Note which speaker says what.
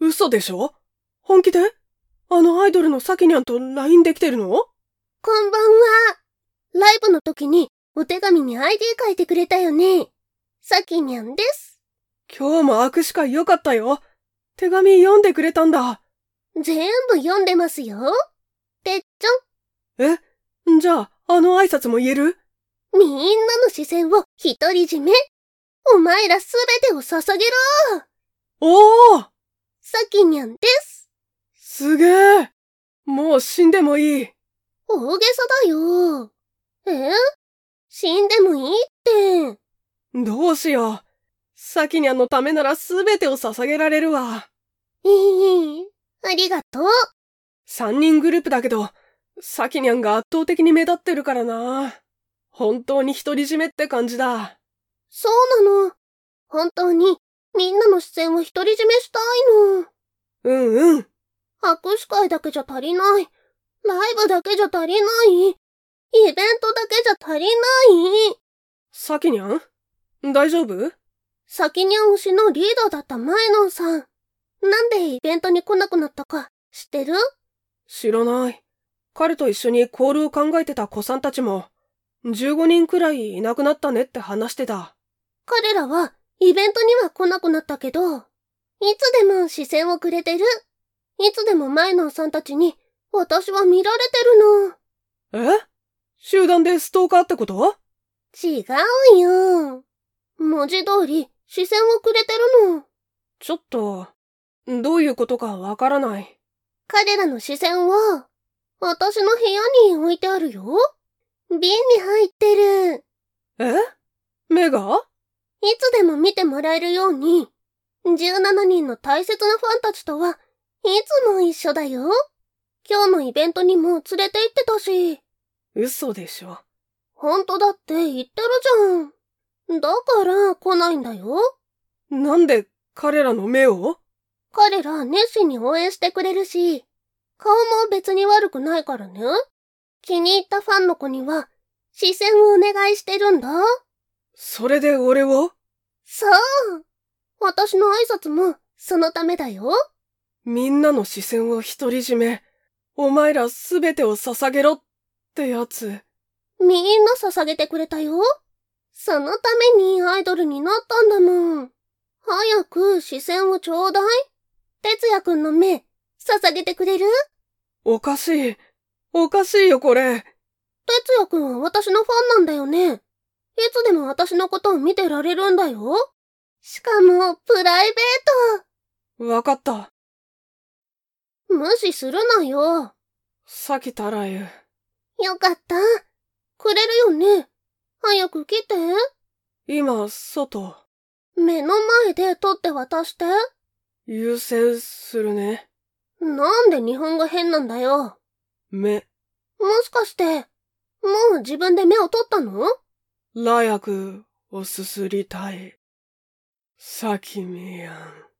Speaker 1: 嘘でしょ本気であのアイドルのサキニャンと LINE できてるの
Speaker 2: こんばんは。ライブの時にお手紙に ID 書いてくれたよね。さきにゃんです。
Speaker 1: 今日も握手会良かったよ。手紙読んでくれたんだ。
Speaker 2: 全部読んでますよ。てっち
Speaker 1: えじゃあ、あの挨拶も言える
Speaker 2: ょん、みんなの視線を独り占め。お前らすべてを捧げろ。
Speaker 1: おー
Speaker 2: さきにゃんです。
Speaker 1: すげえもう死んでもいい。
Speaker 2: 大げさだよ。え死んでもいいって。
Speaker 1: どうしよう。サキニャンのためなら全てを捧げられるわ。
Speaker 2: いい。ありがとう。
Speaker 1: 三人グループだけど、サキニャンが圧倒的に目立ってるからな。本当に独り占めって感じだ。
Speaker 2: そうなの。本当にみんなの視線を独り占めしたいの。
Speaker 1: うんうん。
Speaker 2: 握手会だけじゃ足りない。ライブだけじゃ足りない。イベントだけじゃ足りない。
Speaker 1: サキニャン大丈夫
Speaker 2: 先にゃん推しのリーダーだった前野さん。なんでイベントに来なくなったか知ってる
Speaker 1: 知らない。彼と一緒にコールを考えてた子さんたちも、15人くらいいなくなったねって話してた。
Speaker 2: 彼らはイベントには来なくなったけど、いつでも視線をくれてる。いつでも前野さんたちに私は見られて
Speaker 1: え集団でストーカーってこと
Speaker 2: るの。違うよ。文字通り視線をくれてるの。
Speaker 1: ちょっと、どういうことかわからない。
Speaker 2: 彼らの視線は、私の部屋に置いてあるよ。瓶に入ってる。
Speaker 1: え目が
Speaker 2: いつでも見てもらえるように、17人の大切なファンたちとは、いつも一緒だよ。今日のイベントにも連れて行ってたし、
Speaker 1: 嘘でしょ。
Speaker 2: 本当だって言ってるじゃん。だから来ないんだよ。
Speaker 1: なんで彼らの目を
Speaker 2: 彼ら熱心に応援してくれるし、顔も別に悪くないからね。気に入ったファンの子には、視線をお願いしてるんだ。
Speaker 1: それで俺を
Speaker 2: そう私の挨拶も、そのためだよ。
Speaker 1: みんなの視線を独り占め、お前らすべてを捧げろってやつ。
Speaker 2: みんな捧げてくれたよ。そのためにアイドルになったんだもん。早く視線をちょうだい。哲也くんの目、捧げてくれる
Speaker 1: おかしい。おかしいよこれ。
Speaker 2: 哲也くんは私のファンなんだよね。いつでも私のことを見てられるんだよ。しかも、プライベー
Speaker 1: わかった。
Speaker 2: ト。無視するなよ。
Speaker 1: さきたらゆ。
Speaker 2: よかった。くれるよね。早く来て。
Speaker 1: 今、外、
Speaker 2: 目の前で取って渡して。
Speaker 1: 優先するね。
Speaker 2: なんで日本語変なんだよ。
Speaker 1: 目、
Speaker 2: もしかして、もう自分で目を取ったの
Speaker 1: ラヤクをすすりたい。さきみやん。